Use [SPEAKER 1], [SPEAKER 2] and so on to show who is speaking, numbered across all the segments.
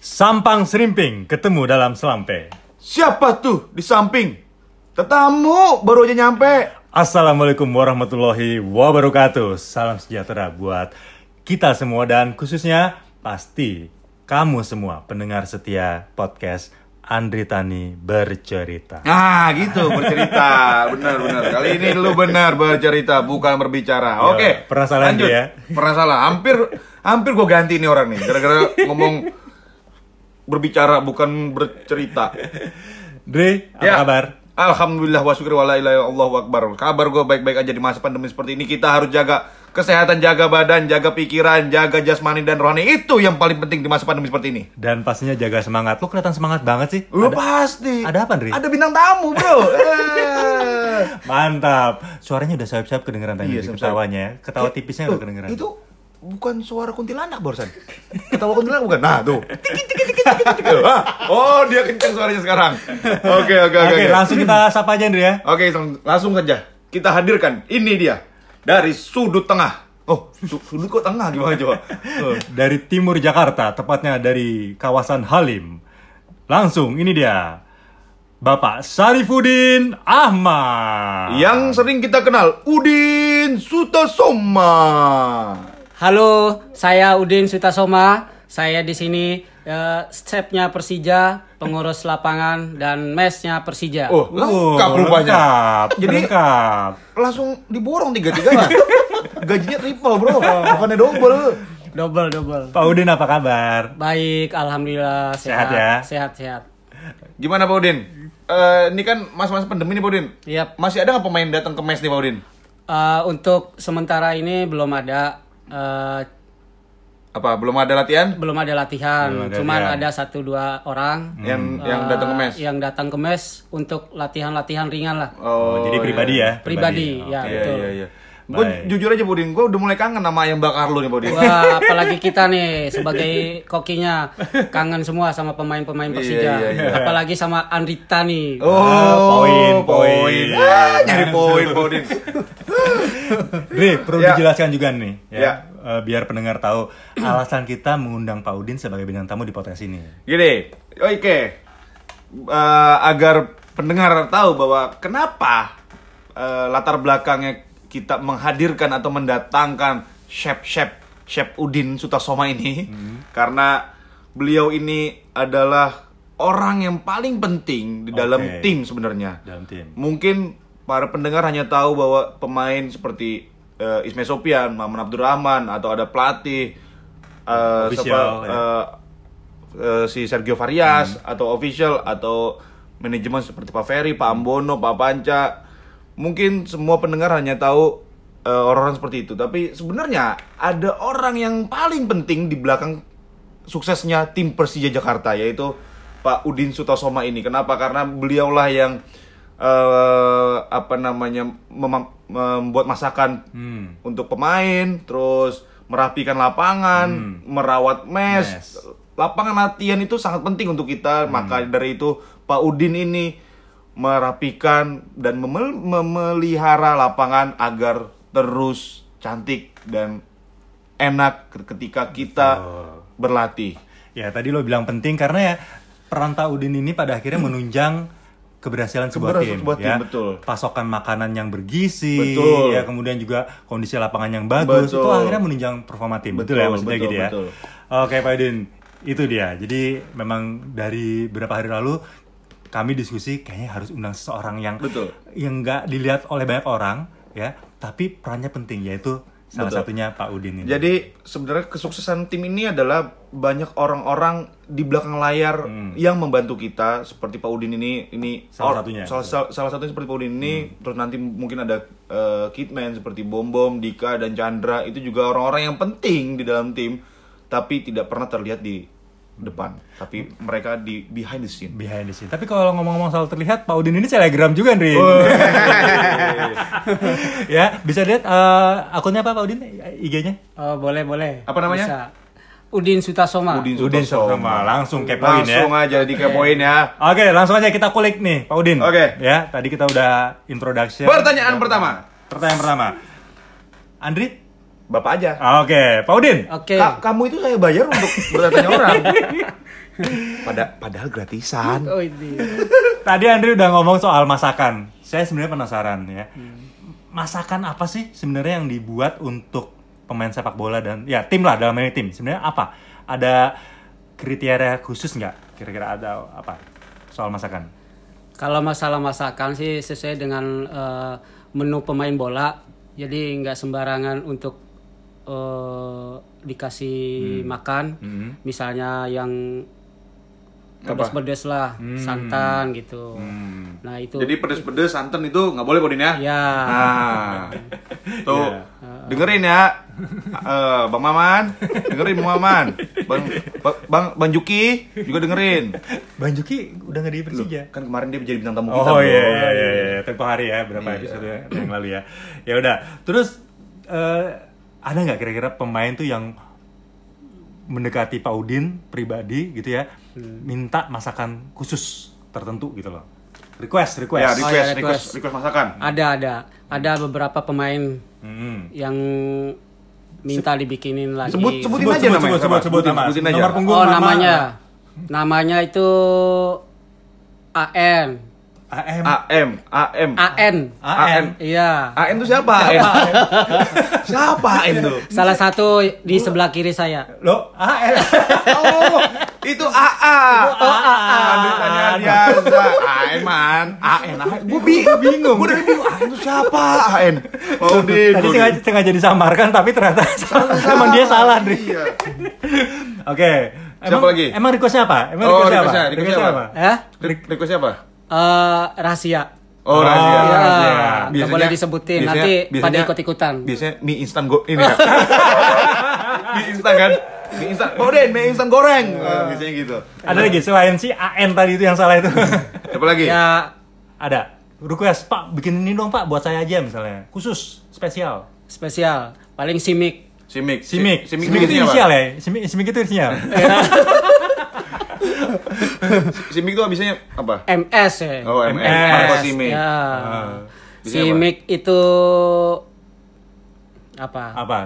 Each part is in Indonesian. [SPEAKER 1] Sampang Serimping ketemu dalam selampe.
[SPEAKER 2] Siapa tuh di samping? Tetamu baru aja nyampe.
[SPEAKER 1] Assalamualaikum warahmatullahi wabarakatuh. Salam sejahtera buat kita semua dan khususnya pasti kamu semua pendengar setia podcast Andri Tani bercerita.
[SPEAKER 2] Nah gitu bercerita Bener bener Kali ini lu bener bercerita Bukan berbicara
[SPEAKER 1] Yo,
[SPEAKER 2] Oke
[SPEAKER 1] pernah salah
[SPEAKER 2] lanjut.
[SPEAKER 1] dia.
[SPEAKER 2] Pernah salah Hampir Hampir gue ganti nih orang nih Gara-gara ngomong Berbicara bukan bercerita
[SPEAKER 1] Dre, apa
[SPEAKER 2] Ya.
[SPEAKER 1] kabar?
[SPEAKER 2] Alhamdulillah wa syukur wa la ilaha illallah akbar Kabar gue baik-baik aja di masa pandemi seperti ini Kita harus jaga kesehatan, jaga badan, jaga pikiran, jaga jasmani dan rohani Itu yang paling penting di masa pandemi seperti ini
[SPEAKER 1] Dan pastinya jaga semangat. Lu kelihatan semangat banget sih.
[SPEAKER 2] Lu
[SPEAKER 1] Ada-
[SPEAKER 2] pasti
[SPEAKER 1] ada apa, Andri?
[SPEAKER 2] Ada bintang tamu bro Eh.
[SPEAKER 1] Mantap. Suaranya udah sayap-sayap kedengeran tadi
[SPEAKER 2] Iya,
[SPEAKER 1] dari
[SPEAKER 2] sayap-sayap.
[SPEAKER 1] ketawanya. ya. Ketawa tipisnya
[SPEAKER 2] Tuh,
[SPEAKER 1] udah kedengeran.
[SPEAKER 2] gitu. Itu bukan suara kuntilanak barusan. Ketawa kuntilanak bukan? Nah, tuh. Tiki, tiki, tiki, tiki, tiki. Ah, Oh, dia kencang suaranya sekarang. Oke, oke,
[SPEAKER 1] Oke,
[SPEAKER 2] oke. oke.
[SPEAKER 1] langsung kita sapa aja Andre ya.
[SPEAKER 2] Oke, langsung- langsung saja. Kita hadirkan ini dia dari sudut tengah. Oh, su- sudut kok tengah gimana coba? Oh.
[SPEAKER 1] Dari timur Jakarta, tepatnya dari kawasan Halim. Langsung ini dia. Bapak Sarifudin Ahmad.
[SPEAKER 2] Yang sering kita kenal Udin Sutasoma.
[SPEAKER 3] Halo, saya Udin Sutasoma. Saya di sini eh, stepnya Persija, pengurus lapangan dan mesnya Persija.
[SPEAKER 2] Oh, lengkap rupanya.
[SPEAKER 1] Uh, Lengkap.
[SPEAKER 2] Jadi-
[SPEAKER 1] lengkap.
[SPEAKER 2] Langsung diborong tiga-tiganya. Gajinya triple, Bro. Bukannya double.
[SPEAKER 3] Double double.
[SPEAKER 1] Pak Udin apa kabar?
[SPEAKER 3] Baik, alhamdulillah
[SPEAKER 1] Sehat
[SPEAKER 3] sehat.
[SPEAKER 1] ya?
[SPEAKER 3] Sehat sehat.
[SPEAKER 2] Gimana Pak Udin? Eh, ini kan mas-mas pandemi nih Pak Udin.
[SPEAKER 3] Yap.
[SPEAKER 2] Masih ada nggak pemain datang ke mes nih Pak Udin?
[SPEAKER 3] Eh, untuk sementara ini belum ada eh,
[SPEAKER 2] Apa belum ada latihan
[SPEAKER 3] belum ada latihan.
[SPEAKER 1] Belum ada
[SPEAKER 3] Cuman
[SPEAKER 1] latihan.
[SPEAKER 3] ada satu dua
[SPEAKER 1] Hmm.
[SPEAKER 3] orang
[SPEAKER 2] yang yang
[SPEAKER 3] eh,
[SPEAKER 2] datang ke mes?
[SPEAKER 1] Iya.
[SPEAKER 3] Yang datang ke mes untuk latihan-latihan ringan lah.
[SPEAKER 1] Oh, jadi pribadi ya?
[SPEAKER 3] Pribadi, ya,
[SPEAKER 1] Oke.
[SPEAKER 2] Iya
[SPEAKER 3] betul.
[SPEAKER 2] iya iya. Gue
[SPEAKER 1] Baik.
[SPEAKER 2] jujur aja Pak Udin, gue udah mulai kangen sama ayam bakar lu nih Pak Udin.
[SPEAKER 3] Wah, apalagi kita nih sebagai kokinya kangen semua sama pemain-pemain Persija.
[SPEAKER 2] Iya, iya, Oh. iya.
[SPEAKER 3] Apalagi sama Andri Tani.
[SPEAKER 1] Ah, poin, poin.
[SPEAKER 2] Oh, Ah, nyari poin Pak Udin.
[SPEAKER 1] Dre, perlu
[SPEAKER 2] Ya.
[SPEAKER 1] dijelaskan juga nih ya.
[SPEAKER 2] Ya.
[SPEAKER 1] Eh, biar pendengar tahu alasan kita mengundang Pak Udin sebagai bintang tamu di podcast ini.
[SPEAKER 2] Gini, oke. Eh, agar pendengar tahu bahwa kenapa eh, latar belakangnya kita menghadirkan atau mendatangkan chef chef chef Udin Sutasoma ini
[SPEAKER 1] Hmm.
[SPEAKER 2] karena beliau ini adalah orang yang paling penting di dalam
[SPEAKER 1] Oke.
[SPEAKER 2] tim sebenarnya.
[SPEAKER 1] Dalam tim.
[SPEAKER 2] Mungkin para pendengar hanya tahu bahwa pemain seperti eh, Ismail Sopian, Maman Abdurrahman atau ada pelatih eh,
[SPEAKER 1] Official,
[SPEAKER 2] siapa,
[SPEAKER 1] ya.
[SPEAKER 2] eh, eh, si Sergio Varias atau official atau manajemen seperti Pak Ferry, Pak Ambono, Pak Panca. Mungkin semua pendengar hanya tahu eh, orang-orang seperti itu, tapi sebenarnya ada orang yang paling penting di belakang suksesnya tim Persija Jakarta yaitu Pak Udin Sutasoma ini. Kenapa? Karena beliaulah yang eh, apa namanya memam- membuat masakan
[SPEAKER 1] Hmm.
[SPEAKER 2] untuk pemain, terus merapikan lapangan, merawat mes.
[SPEAKER 1] Hmm. Mes. Hmm.
[SPEAKER 2] Lapangan latihan itu sangat penting untuk kita, maka dari itu Pak Udin ini merapikan dan memel- memelihara lapangan agar terus cantik dan enak ketika kita berlatih.
[SPEAKER 1] Ya tadi lo bilang penting karena ya peran Pak Udin ini pada akhirnya menunjang keberhasilan sebuah
[SPEAKER 2] Hmm. Keberhasilan
[SPEAKER 1] tim,
[SPEAKER 2] sebuah tim,
[SPEAKER 1] ya.
[SPEAKER 2] betul.
[SPEAKER 1] Pasokan makanan yang bergizi,
[SPEAKER 2] Betul.
[SPEAKER 1] ya kemudian juga kondisi lapangan yang bagus itu
[SPEAKER 2] Betul.
[SPEAKER 1] akhirnya menunjang performa tim. Betul, ya
[SPEAKER 2] Betul,
[SPEAKER 1] maksudnya
[SPEAKER 2] betul,
[SPEAKER 1] gitu ya.
[SPEAKER 2] betul.
[SPEAKER 1] Oke Pak Udin, itu dia. Jadi memang dari beberapa hari lalu kami diskusi kayaknya harus undang seseorang yang
[SPEAKER 2] Betul.
[SPEAKER 1] yang nggak dilihat oleh banyak orang ya, tapi perannya penting yaitu salah
[SPEAKER 2] Betul.
[SPEAKER 1] satunya Pak Udin ini.
[SPEAKER 2] Jadi sebenarnya kesuksesan tim ini adalah banyak orang-orang di belakang layar yang membantu kita seperti Pak Udin ini ini
[SPEAKER 1] Hmm. Salah
[SPEAKER 2] or-
[SPEAKER 1] satunya. Hmm.
[SPEAKER 2] salah, sal- salah satunya seperti Pak Udin ini terus nanti mungkin ada eh, Kidman seperti Bom Bom, Dika dan Chandra itu juga orang-orang yang penting di dalam tim tapi tidak pernah terlihat di depan tapi mereka di behind the scene.
[SPEAKER 1] behind the scene. Tapi kalau ngomong-ngomong soal terlihat, Pak Udin ini selebgram juga, Andri. ya, bisa lihat eh, akunnya apa Pak Udin? IG-nya?
[SPEAKER 3] Oh, boleh boleh.
[SPEAKER 2] Apa namanya?
[SPEAKER 3] Bisa. Udin Sutasoma.
[SPEAKER 2] Udin
[SPEAKER 1] Udin sama
[SPEAKER 2] Sutasoma.
[SPEAKER 1] langsung kepoin ya.
[SPEAKER 2] Langsung aja dikepoin ya.
[SPEAKER 1] Oke, langsung aja kita kulik nih, Pak Udin.
[SPEAKER 2] Oke.
[SPEAKER 1] Ya, tadi kita udah introduction.
[SPEAKER 2] Pertanyaan pertama.
[SPEAKER 1] Pertanyaan pertama. Andri?
[SPEAKER 2] Bapak aja.
[SPEAKER 1] Ah, Oke, Pak Udin.
[SPEAKER 3] Oke.
[SPEAKER 2] Ka- kamu itu saya bayar untuk bertanya orang. Pada padahal gratisan.
[SPEAKER 3] Oh ini.
[SPEAKER 1] Tadi Andri udah ngomong soal masakan. Saya sebenarnya penasaran ya. Masakan apa sih sebenarnya yang dibuat untuk pemain sepak bola dan ya tim lah dalam ini tim. Sebenarnya apa? Ada kriteria khusus nggak? Kira-kira ada apa soal masakan?
[SPEAKER 3] Kalau masalah masakan sih sesuai dengan eh, menu pemain bola, jadi nggak sembarangan untuk eh,
[SPEAKER 2] Hmm.
[SPEAKER 3] dikasih makan. Misalnya yang pedes-pedes lah, santan gitu. Nah itu,
[SPEAKER 2] Hmm. Jadi pedes-pedes santan itu nggak boleh Podin ya.
[SPEAKER 3] ya
[SPEAKER 2] Nah, tuh dengerin ya, Eh, Bang Maman, dengerin Bang Maman, Bang Ba- Bang, Bang Juki juga dengerin.
[SPEAKER 1] Banjuki udah nggak di
[SPEAKER 3] Iya.
[SPEAKER 1] Persija.
[SPEAKER 2] Kan kemarin dia jadi bintang tamu kita.
[SPEAKER 1] Oh
[SPEAKER 2] bro.
[SPEAKER 1] iya iya iya iya tempo hari ya berapa episode yang lalu ya. Ya udah. Terus eh, ada nggak kira-kira pemain tuh yang mendekati Pak Udin pribadi gitu ya, minta masakan khusus tertentu gitu loh. Request request.
[SPEAKER 2] Ya,
[SPEAKER 1] Ya,
[SPEAKER 2] request,
[SPEAKER 3] Oh, iya,
[SPEAKER 2] request, request,
[SPEAKER 3] request.
[SPEAKER 2] masakan.
[SPEAKER 3] ada ada ada beberapa pemain yang minta dibikinin lagi.
[SPEAKER 2] Sebut, sebutin
[SPEAKER 1] Sebut,
[SPEAKER 2] aja
[SPEAKER 1] sebut,
[SPEAKER 2] namanya.
[SPEAKER 1] sebut, sebut, sebut
[SPEAKER 2] sebutin,
[SPEAKER 1] nama.
[SPEAKER 2] sebutin aja.
[SPEAKER 1] Nomor punggung.
[SPEAKER 3] oh
[SPEAKER 1] nama.
[SPEAKER 3] namanya, namanya itu AN,
[SPEAKER 1] AM.
[SPEAKER 2] AM, AM,
[SPEAKER 3] AN,
[SPEAKER 1] AM.
[SPEAKER 3] iya.
[SPEAKER 2] AM itu siapa? AM? siapa AM itu?
[SPEAKER 3] Salah satu di sebelah kiri saya.
[SPEAKER 1] Lo AM.
[SPEAKER 2] Oh, itu AA.
[SPEAKER 1] Oh, AA.
[SPEAKER 2] Aduh, Ah, tanya dia. AN man. AN. Gue bingung. Gue dari bingung. AN itu siapa? AN. Oh, Din.
[SPEAKER 1] Tadi sengaja, sengaja disamarkan tapi ternyata emang dia salah, Dri.
[SPEAKER 2] Iya.
[SPEAKER 1] Oke. Emang-
[SPEAKER 2] lagi?
[SPEAKER 1] Emang requestnya apa? Emang
[SPEAKER 2] Oh,
[SPEAKER 1] requestnya apa?
[SPEAKER 2] requestnya, requestnya
[SPEAKER 1] Requestnya
[SPEAKER 2] apa?
[SPEAKER 1] apa?
[SPEAKER 3] Eh?
[SPEAKER 2] Re- Request siapa?
[SPEAKER 3] Eh, rahasia.
[SPEAKER 2] Oh, rahasia.
[SPEAKER 1] Oh,
[SPEAKER 3] Ya,
[SPEAKER 1] rahasia.
[SPEAKER 3] nggak boleh disebutin
[SPEAKER 2] biasanya-
[SPEAKER 3] nanti pada
[SPEAKER 2] biasanya-
[SPEAKER 3] ikut-ikutan.
[SPEAKER 2] Biasanya mie instan go ini ya. mie instan kan? Mie instan. Oh, Den, mie instan goreng. Eh, biasanya gitu.
[SPEAKER 1] Ada lagi selain si AN tadi itu yang salah itu.
[SPEAKER 2] Siapa lagi?
[SPEAKER 3] Ya
[SPEAKER 1] Ada request, Pak, bikin ini dong, Pak, buat saya aja misalnya. Khusus, spesial.
[SPEAKER 3] spesial, paling simik.
[SPEAKER 2] Simik.
[SPEAKER 1] Simik.
[SPEAKER 2] Simik,
[SPEAKER 1] Simik, itu
[SPEAKER 2] itu isinya apa?
[SPEAKER 1] inisial ya? Simik, simik itu Eh, inisial.
[SPEAKER 2] Simik itu biasanya apa?
[SPEAKER 3] MS ya.
[SPEAKER 2] Oh, MS.
[SPEAKER 1] MS.
[SPEAKER 2] Marco Simik.
[SPEAKER 3] Ya.
[SPEAKER 2] Biasanya
[SPEAKER 3] Simik itu apa?
[SPEAKER 1] Apa?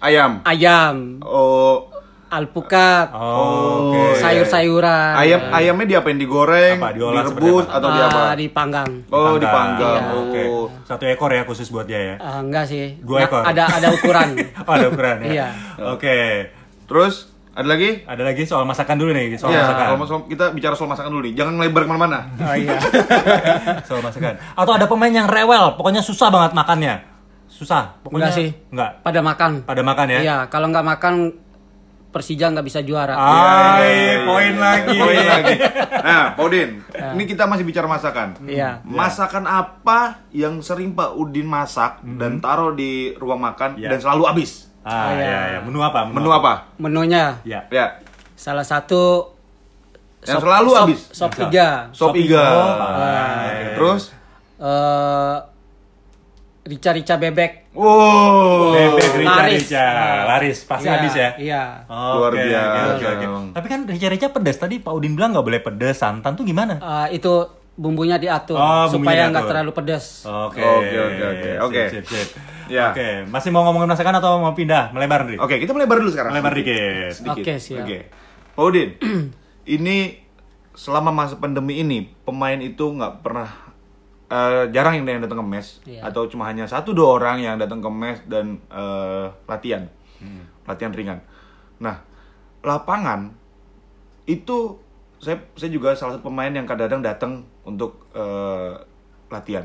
[SPEAKER 2] Ayam.
[SPEAKER 3] Ayam,
[SPEAKER 2] Oh,
[SPEAKER 3] alpukat,
[SPEAKER 1] Oh, oke.
[SPEAKER 2] Oh,
[SPEAKER 3] sayur-sayuran.
[SPEAKER 2] ayam ayamnya diapain digoreng,
[SPEAKER 1] Apa, diolah
[SPEAKER 2] direbus
[SPEAKER 1] seperti
[SPEAKER 2] atau
[SPEAKER 3] Ah,
[SPEAKER 2] di apa?
[SPEAKER 3] dipanggang.
[SPEAKER 2] Oh, dipanggang.
[SPEAKER 1] Iya.
[SPEAKER 2] Oh.
[SPEAKER 1] Oke. Satu ekor ya khusus buat dia ya.
[SPEAKER 3] Ah, enggak sih.
[SPEAKER 1] Dua
[SPEAKER 3] Nah,
[SPEAKER 1] ekor.
[SPEAKER 3] Ada ada ukuran.
[SPEAKER 1] Oh, ada ukuran ya.
[SPEAKER 3] Iya.
[SPEAKER 1] Oke.
[SPEAKER 2] Terus ada lagi?
[SPEAKER 1] Ada lagi soal masakan dulu nih, soal
[SPEAKER 2] Iya,
[SPEAKER 1] masakan.
[SPEAKER 2] kalau masakan- kita bicara soal masakan dulu nih. Jangan melebar kemana mana
[SPEAKER 3] oh iya.
[SPEAKER 1] soal masakan. Atau ada pemain yang rewel, pokoknya susah banget makannya. Susah, pokoknya.
[SPEAKER 3] Enggak sih.
[SPEAKER 1] Enggak.
[SPEAKER 3] Pada makan.
[SPEAKER 1] Pada makan ya.
[SPEAKER 3] Iya, kalau nggak makan Persija nggak bisa
[SPEAKER 2] Iya,
[SPEAKER 3] juara.
[SPEAKER 1] Ah. Ay, iya, Eh, poin lagi. Iya.
[SPEAKER 2] Poin lagi. Nah, Paudin, ini kita masih bicara masakan.
[SPEAKER 3] Iya.
[SPEAKER 2] Masakan apa yang sering Pak Udin masak dan taruh di ruang makan
[SPEAKER 1] Hmm. Iya.
[SPEAKER 2] dan selalu habis?
[SPEAKER 1] Ah,
[SPEAKER 3] Iya.
[SPEAKER 1] ya, ya. Menu apa?
[SPEAKER 2] Menu apa?
[SPEAKER 3] Menunya
[SPEAKER 1] Ya.
[SPEAKER 2] Ya,
[SPEAKER 3] salah satu
[SPEAKER 2] Yang selalu
[SPEAKER 3] sop,
[SPEAKER 2] habis.
[SPEAKER 3] Sop iga.
[SPEAKER 2] sop
[SPEAKER 1] Sop
[SPEAKER 2] iga.
[SPEAKER 1] iga. iya,
[SPEAKER 2] Oke, Terus,
[SPEAKER 3] Eh, rica-rica bebek.
[SPEAKER 2] wow.
[SPEAKER 1] Oh, Bebek Rica
[SPEAKER 3] Laris.
[SPEAKER 1] Rica. Laris, pasti
[SPEAKER 3] Iya,
[SPEAKER 1] habis ya.
[SPEAKER 3] Iya.
[SPEAKER 1] Oh,
[SPEAKER 2] Luar
[SPEAKER 1] oke, oke,
[SPEAKER 2] biasa
[SPEAKER 1] oke, oke.
[SPEAKER 2] emang.
[SPEAKER 1] Tapi kan rica-rica pedas tadi Pak Udin bilang nggak boleh pedas, santan tuh gimana?
[SPEAKER 3] Eh, itu bumbunya diatur
[SPEAKER 1] Oh, bumbunya
[SPEAKER 3] supaya nggak
[SPEAKER 1] diatur. Oh.
[SPEAKER 3] terlalu pedas.
[SPEAKER 1] Oke.
[SPEAKER 2] Oke, oke, oke,
[SPEAKER 1] Sip,
[SPEAKER 2] oke.
[SPEAKER 1] Sip, sip.
[SPEAKER 2] Ya.
[SPEAKER 1] Oke, masih mau ngomongin masakan atau mau pindah melebar nih?
[SPEAKER 2] Oke, kita melebar dulu sekarang.
[SPEAKER 1] Melebar
[SPEAKER 2] Sedikit.
[SPEAKER 1] dikit.
[SPEAKER 2] Sedikit.
[SPEAKER 3] Oke, siap.
[SPEAKER 2] Oke. Pak Udin, ini selama masa pandemi ini pemain itu nggak pernah eh, jarang yang datang ke mes
[SPEAKER 3] Iya.
[SPEAKER 2] atau cuma hanya satu dua orang yang datang ke mes dan eh, latihan, latihan ringan. Nah, lapangan itu saya saya juga salah satu pemain yang kadang-kadang datang untuk eh, latihan.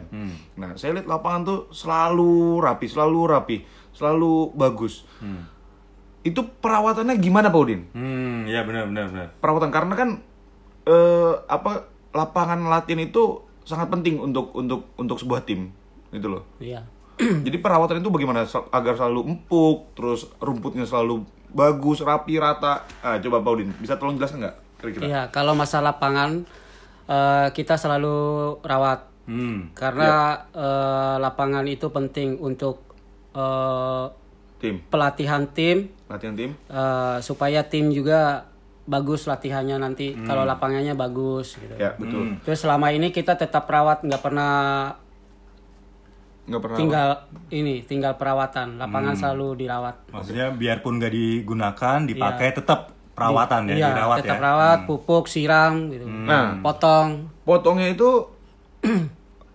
[SPEAKER 2] Nah, saya lihat lapangan tuh selalu rapi, selalu rapi, selalu bagus. Itu perawatannya gimana Pak Udin?
[SPEAKER 1] Hmm, ya benar benar benar.
[SPEAKER 2] Perawatan karena kan eh, apa lapangan latihan itu sangat penting untuk untuk untuk sebuah tim gitu loh.
[SPEAKER 3] Iya.
[SPEAKER 2] Jadi perawatan itu bagaimana Sel- agar selalu empuk, terus rumputnya selalu bagus, rapi, rata. Ah, coba Pak Udin, bisa tolong jelaskan nggak kira-kira?
[SPEAKER 3] Iya, kalau masalah pangan eh, kita selalu rawat
[SPEAKER 1] Hmm.
[SPEAKER 3] karena eh, lapangan itu penting untuk eh,
[SPEAKER 2] Tim,
[SPEAKER 3] pelatihan tim
[SPEAKER 2] latihan tim.
[SPEAKER 3] eh, supaya tim juga bagus latihannya nanti
[SPEAKER 1] Hmm.
[SPEAKER 3] kalau lapangannya bagus gitu.
[SPEAKER 2] Ya, betul.
[SPEAKER 3] Terus selama ini kita tetap rawat nggak pernah
[SPEAKER 2] Nggak pernah.
[SPEAKER 3] tinggal ini
[SPEAKER 1] Hmm.
[SPEAKER 3] tinggal perawatan lapangan selalu dirawat.
[SPEAKER 1] Iya. Maksudnya biarpun nggak digunakan, dipakai tetap Perawatan ya,
[SPEAKER 3] iya,
[SPEAKER 1] dirawat
[SPEAKER 3] tetap
[SPEAKER 1] ya. Hmm.
[SPEAKER 3] rawat, pupuk, siram gitu.
[SPEAKER 2] Nah.
[SPEAKER 3] Potong.
[SPEAKER 2] Potongnya itu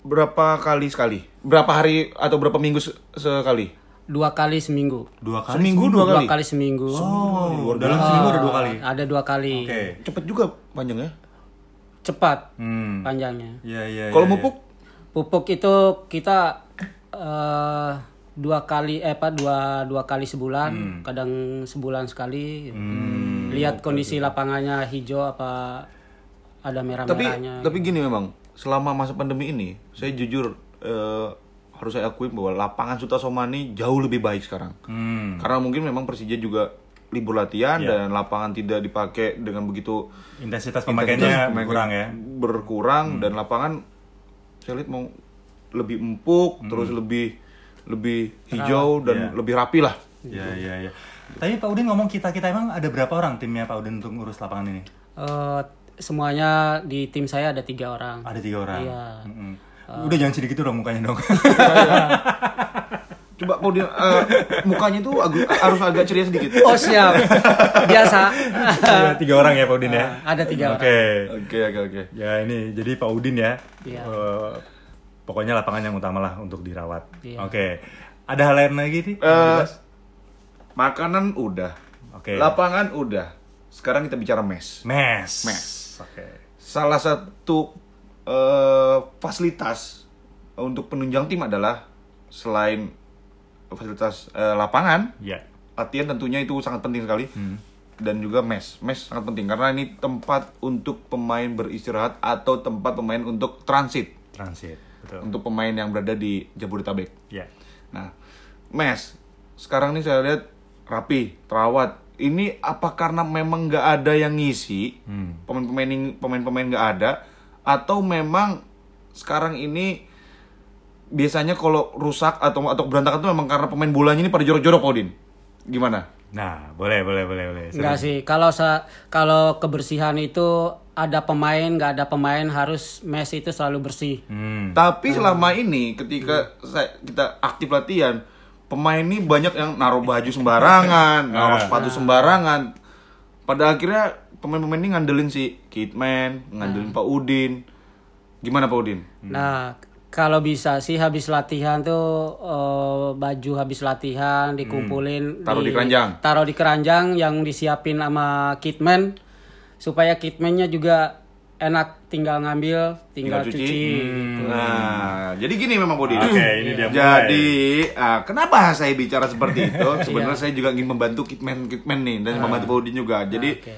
[SPEAKER 2] berapa kali sekali? Berapa hari atau berapa minggu se- sekali?
[SPEAKER 3] Dua kali seminggu.
[SPEAKER 1] Dua kali.
[SPEAKER 2] Seminggu dua
[SPEAKER 3] Dua
[SPEAKER 2] kali.
[SPEAKER 3] kali seminggu. Eh,
[SPEAKER 1] Oh, dalam seminggu ada dua kali. Oke.
[SPEAKER 3] Ada dua kali.
[SPEAKER 2] Cepet juga panjang ya.
[SPEAKER 3] Cepat
[SPEAKER 1] Hmm.
[SPEAKER 3] panjangnya.
[SPEAKER 1] Iya, iya.
[SPEAKER 2] Kalau
[SPEAKER 1] iya, iya.
[SPEAKER 2] mupuk
[SPEAKER 3] Pupuk itu kita eh dua kali eh apa dua dua kali
[SPEAKER 1] Hmm.
[SPEAKER 3] sebulan, kadang sebulan sekali. gitu. Lihat kondisi lapangannya hijau apa ada
[SPEAKER 2] tapi
[SPEAKER 3] merah-merahnya.
[SPEAKER 2] tapi gini memang selama masa pandemi ini saya jujur eh, harus saya akui bahwa lapangan Sutasoma ini jauh lebih baik sekarang.
[SPEAKER 1] Hmm.
[SPEAKER 2] Karena mungkin memang Persija juga libur latihan dan lapangan tidak dipakai dengan begitu
[SPEAKER 1] Intensitas pemakaiannya
[SPEAKER 2] Intensitas
[SPEAKER 1] kurang ya.
[SPEAKER 2] berkurang dan lapangan saya lihat mau lebih empuk terus lebih lebih hijau dan lebih rapi lah
[SPEAKER 1] Iya, iya, iya. Tapi Pak Udin ngomong kita-kita emang ada berapa orang timnya Pak Udin untuk ngurus lapangan ini?
[SPEAKER 3] Eh, semuanya di tim saya ada tiga orang.
[SPEAKER 1] Ada tiga orang.
[SPEAKER 3] Iya.
[SPEAKER 1] Mm-mm. Udah jangan sedikit dong mukanya dong.
[SPEAKER 2] coba mau di, eh, mukanya itu agu- harus agak ceria sedikit
[SPEAKER 3] Oh siap, biasa.
[SPEAKER 1] Iya, tiga orang ya Pak Udin ya.
[SPEAKER 3] Eh, ada tiga
[SPEAKER 1] Oke.
[SPEAKER 3] orang.
[SPEAKER 2] oke oke oke
[SPEAKER 1] Ya ini jadi Pak Udin ya.
[SPEAKER 3] Iya.
[SPEAKER 1] Eh, pokoknya lapangan yang utama lah untuk dirawat.
[SPEAKER 3] Iya.
[SPEAKER 1] Oke. Ada hal lain lagi nih?
[SPEAKER 2] Eh, makanan udah
[SPEAKER 1] Oke.
[SPEAKER 2] lapangan udah sekarang kita bicara mes
[SPEAKER 1] mes.
[SPEAKER 2] mes.
[SPEAKER 1] Oke.
[SPEAKER 2] salah satu eh, fasilitas untuk penunjang tim adalah selain fasilitas eh, lapangan
[SPEAKER 1] Ya.
[SPEAKER 2] latihan tentunya itu sangat penting sekali dan juga mes mes sangat penting karena ini tempat untuk pemain beristirahat atau tempat pemain untuk transit
[SPEAKER 1] Transit. Betul.
[SPEAKER 2] untuk pemain yang berada di Jabodetabek
[SPEAKER 1] Ya.
[SPEAKER 2] nah mes sekarang nih saya lihat rapi terawat ini apa karena memang nggak ada yang ngisi pemain-pemain ini- pemain-pemain nggak ada atau memang sekarang ini biasanya kalau rusak atau atau berantakan tuh memang karena pemain bolanya ini pada jorok-jorok Odin gimana
[SPEAKER 1] Nah, boleh, boleh, boleh, boleh.
[SPEAKER 3] Enggak sih, kalau sa- kalau kebersihan itu ada pemain, nggak ada pemain harus mes itu selalu bersih.
[SPEAKER 1] Hmm.
[SPEAKER 2] Tapi selama ini ketika saya, kita aktif latihan, pemain ini banyak yang naruh baju sembarangan,
[SPEAKER 1] Ah.
[SPEAKER 2] naruh sepatu sembarangan. Pada akhirnya pemain-pemain ini ngandelin si Kidman, ngandelin
[SPEAKER 1] Hmm.
[SPEAKER 2] Pak Udin. Gimana Pak Udin?
[SPEAKER 3] Nah, kalau bisa sih habis latihan tuh eh, baju habis latihan
[SPEAKER 2] Hmm.
[SPEAKER 3] dikumpulin
[SPEAKER 2] Taruh di keranjang.
[SPEAKER 3] Taruh di keranjang yang disiapin sama kitman supaya kitmannya juga enak tinggal ngambil, tinggal,
[SPEAKER 2] Tinggal cuci. Hmm.
[SPEAKER 3] cuci. gitu.
[SPEAKER 2] Nah, jadi gini memang Pak Udin.
[SPEAKER 1] Hmm. Oke, ini dia mulai.
[SPEAKER 2] Jadi, ah, kenapa saya bicara seperti itu?
[SPEAKER 1] Iya.
[SPEAKER 2] Sebenarnya saya juga ingin membantu Kidman, Kidman nih
[SPEAKER 1] Ah.
[SPEAKER 2] dan membantu Pak Udin juga. Jadi,
[SPEAKER 3] Oke.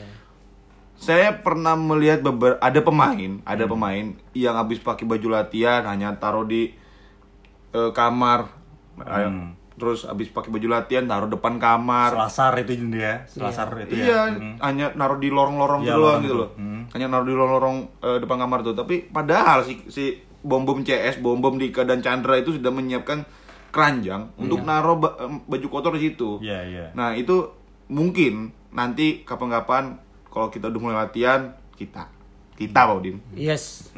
[SPEAKER 2] saya pernah melihat beber ada pemain ada
[SPEAKER 1] Hmm.
[SPEAKER 2] pemain yang habis pakai baju latihan hanya taruh di eh, kamar Ayo.
[SPEAKER 1] Hmm.
[SPEAKER 2] terus habis pakai baju latihan taruh depan kamar
[SPEAKER 1] Selasar itu dia, selasar itu ya.
[SPEAKER 2] iya hanya naruh di lorong-lorong
[SPEAKER 1] Iya,
[SPEAKER 2] gitu doang
[SPEAKER 1] lorong
[SPEAKER 2] gitu
[SPEAKER 1] itu.
[SPEAKER 2] loh hanya naruh di lorong-lorong eh, depan kamar tuh tapi padahal si si bom bom cs bom bom Dika dan Chandra itu sudah menyiapkan keranjang untuk naruh ba- em, baju kotor di situ
[SPEAKER 1] Iya, iya.
[SPEAKER 2] Nah itu mungkin nanti kapan-kapan kalau kita udah mulai latihan kita kita Pak Udin.
[SPEAKER 3] Yes.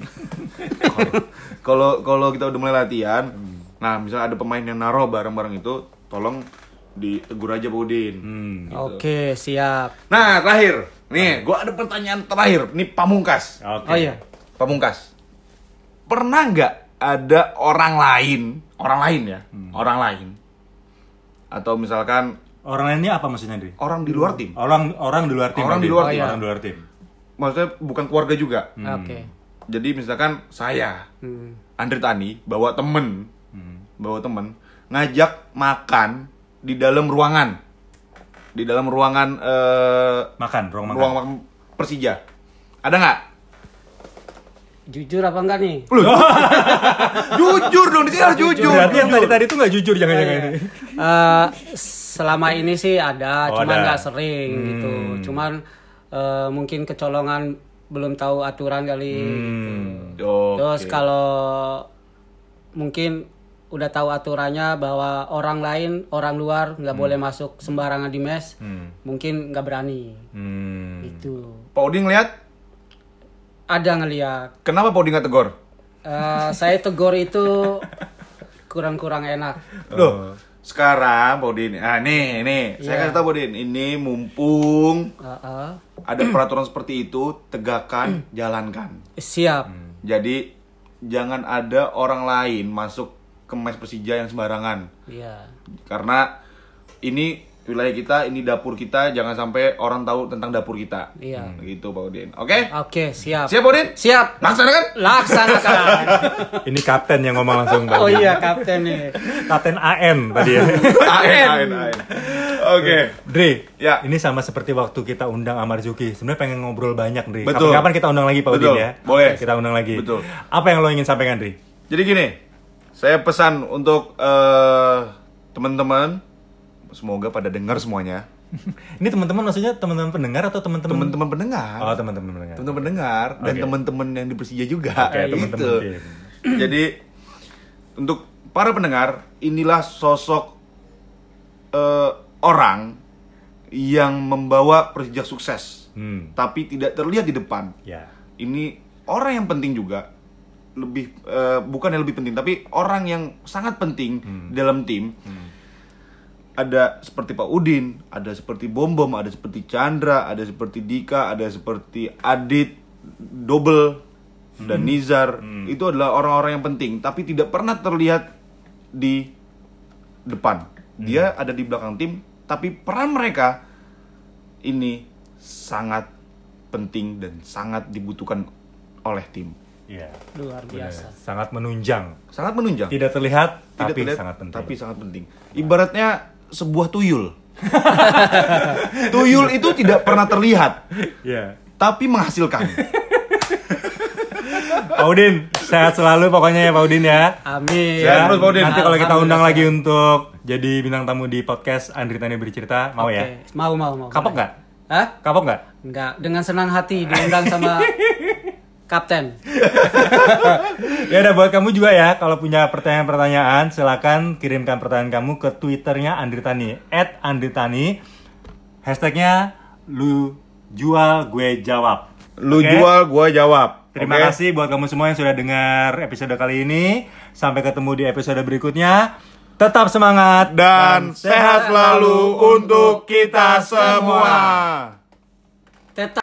[SPEAKER 2] Gitu. Kalau kalau kita udah mulai latihan, nah misalnya ada pemain yang naruh barang-barang itu, tolong ditegur aja Pak Udin.
[SPEAKER 3] Oke, siap.
[SPEAKER 2] Nah terakhir, nih gua ada pertanyaan terakhir, nih pamungkas,
[SPEAKER 1] Oke.
[SPEAKER 3] Oh iya.
[SPEAKER 2] pamungkas. Pernah nggak ada orang lain, orang lain ya, orang lain, atau misalkan
[SPEAKER 1] Orang lainnya apa maksudnya, Dri?
[SPEAKER 2] orang di luar tim,
[SPEAKER 1] Orang orang di luar tim.
[SPEAKER 2] Orang
[SPEAKER 1] Pak
[SPEAKER 2] di
[SPEAKER 1] Udin.
[SPEAKER 2] luar
[SPEAKER 1] Oh,
[SPEAKER 2] tim.
[SPEAKER 1] iya. Orang di luar tim.
[SPEAKER 2] maksudnya bukan keluarga juga.
[SPEAKER 3] Oke.
[SPEAKER 2] Jadi misalkan saya,
[SPEAKER 3] Hmm.
[SPEAKER 2] Andre Tani, bawa temen, bawa temen, ngajak makan di dalam ruangan, di dalam ruangan eh,
[SPEAKER 1] Makan, ruang makan.
[SPEAKER 2] ruang makan Persija, ada nggak?
[SPEAKER 3] Jujur apa enggak nih?
[SPEAKER 2] jujur dong, di sini harus jujur.
[SPEAKER 1] Berarti yang
[SPEAKER 2] jujur.
[SPEAKER 1] tadi tadi tuh nggak jujur jangan-jangan ini.
[SPEAKER 3] Iya. Eh, selama ini sih ada,
[SPEAKER 1] Oh,
[SPEAKER 3] cuman
[SPEAKER 1] ada. Hmm.
[SPEAKER 3] nggak sering gitu. Cuman eh, mungkin kecolongan belum tahu aturan kali.
[SPEAKER 1] Hmm,
[SPEAKER 3] Gitu.
[SPEAKER 2] Oke.
[SPEAKER 3] Terus kalau mungkin udah tahu aturannya bahwa orang lain, orang luar nggak
[SPEAKER 1] Hmm.
[SPEAKER 3] boleh masuk sembarangan di mes, mungkin nggak berani.
[SPEAKER 1] Hmm.
[SPEAKER 3] Itu
[SPEAKER 2] Pak Odin ngeliat,
[SPEAKER 3] ada ngeliat.
[SPEAKER 2] kenapa Pak Odin nggak tegur? Oh.
[SPEAKER 3] Eh, saya tegur itu kurang-kurang enak.
[SPEAKER 2] Loh, Sekarang Pak Udin, nah nih, nih, saya kasih tahu Pak Udin, ini mumpung
[SPEAKER 3] Heeh.
[SPEAKER 2] ada peraturan seperti itu, tegakkan, jalankan.
[SPEAKER 3] siap
[SPEAKER 1] Hmm.
[SPEAKER 2] Jadi jangan ada orang lain masuk ke mes Persija yang sembarangan.
[SPEAKER 3] iya
[SPEAKER 2] Karena ini wilayah kita, ini dapur kita, jangan sampai orang tahu tentang dapur kita.
[SPEAKER 3] Iya.
[SPEAKER 2] Gitu Pak Udin. Oke?
[SPEAKER 3] oke siap
[SPEAKER 2] Siap Pak Udin?
[SPEAKER 3] siap
[SPEAKER 2] Laksanakan?
[SPEAKER 3] laksanakan
[SPEAKER 1] Ini kapten yang ngomong langsung Pak.
[SPEAKER 3] oh iya kapten nih
[SPEAKER 1] Kapten AM tadi ya.
[SPEAKER 2] Ain, ain, ain. Oke.
[SPEAKER 1] Dre,
[SPEAKER 2] Ya.
[SPEAKER 1] ini sama seperti waktu kita undang Amar Zuki. Sebenarnya pengen ngobrol banyak, Dre.
[SPEAKER 2] Betul.
[SPEAKER 1] Kapan-kapan kita undang lagi Pak
[SPEAKER 2] Betul.
[SPEAKER 1] Udin ya.
[SPEAKER 2] Boleh.
[SPEAKER 1] Kita undang lagi.
[SPEAKER 2] Betul.
[SPEAKER 1] Apa yang lo ingin sampaikan, Dre?
[SPEAKER 2] Jadi gini, saya pesan untuk eh, teman-teman, semoga pada dengar semuanya,
[SPEAKER 1] Ini teman-teman maksudnya teman-teman pendengar atau teman-teman
[SPEAKER 2] teman-teman pendengar,
[SPEAKER 1] Oh, teman-teman pendengar.
[SPEAKER 2] teman-teman pendengar dan
[SPEAKER 1] Oke.
[SPEAKER 2] teman-teman yang di Persija juga,
[SPEAKER 1] Oke, teman-teman
[SPEAKER 2] gitu.
[SPEAKER 1] tim.
[SPEAKER 2] Jadi untuk para pendengar, inilah sosok eh, orang yang membawa Persija sukses,
[SPEAKER 1] Hmm.
[SPEAKER 2] tapi tidak terlihat di depan.
[SPEAKER 1] Ya.
[SPEAKER 2] ini orang yang penting juga lebih eh, bukan yang lebih penting tapi orang yang sangat penting di dalam tim ada seperti Pak Udin ada seperti Bom Bom ada seperti Chandra ada seperti Dika ada seperti Adit Double dan Nizar itu adalah orang-orang yang penting tapi tidak pernah terlihat di depan dia ada di belakang tim tapi peran mereka ini sangat penting dan sangat dibutuhkan oleh tim.
[SPEAKER 1] Iya.
[SPEAKER 3] luar
[SPEAKER 1] Benar.
[SPEAKER 3] biasa
[SPEAKER 1] Sangat menunjang.
[SPEAKER 2] Sangat menunjang.
[SPEAKER 1] Tidak terlihat
[SPEAKER 2] Tidak
[SPEAKER 1] tapi
[SPEAKER 2] terlihat,
[SPEAKER 1] sangat penting.
[SPEAKER 2] Tapi sangat penting. Ibaratnya sebuah tuyul. tuyul itu tidak pernah terlihat,
[SPEAKER 1] Iya.
[SPEAKER 2] tapi menghasilkan.
[SPEAKER 1] Pak Udin, sehat selalu pokoknya ya Pak Udin ya.
[SPEAKER 3] amin
[SPEAKER 2] Sehat Iya, terus, Pak Udin.
[SPEAKER 1] Nanti kalau kita
[SPEAKER 3] Alhamdulillah.
[SPEAKER 1] undang lagi untuk jadi bintang tamu di podcast Andri Tani Bercerita, mau
[SPEAKER 3] Oke,
[SPEAKER 1] ya?
[SPEAKER 3] mau mau mau
[SPEAKER 1] Kapok
[SPEAKER 3] boleh.
[SPEAKER 1] nggak?
[SPEAKER 3] Hah?
[SPEAKER 1] Kapok nggak?
[SPEAKER 3] Enggak, dengan senang hati diundang sama kapten.
[SPEAKER 1] ya udah buat kamu juga ya kalau punya pertanyaan-pertanyaan silakan kirimkan pertanyaan kamu ke twitternya Andritani at Andritani hashtagnya lu jual gue jawab
[SPEAKER 2] Lu
[SPEAKER 1] Oke?
[SPEAKER 2] jual, gua jawab.
[SPEAKER 1] Terima
[SPEAKER 2] Oke?
[SPEAKER 1] kasih buat kamu semua yang sudah dengar episode kali ini. Sampai ketemu di episode berikutnya. Tetap semangat
[SPEAKER 2] Dan sehat selalu untuk kita semua.
[SPEAKER 3] Tetap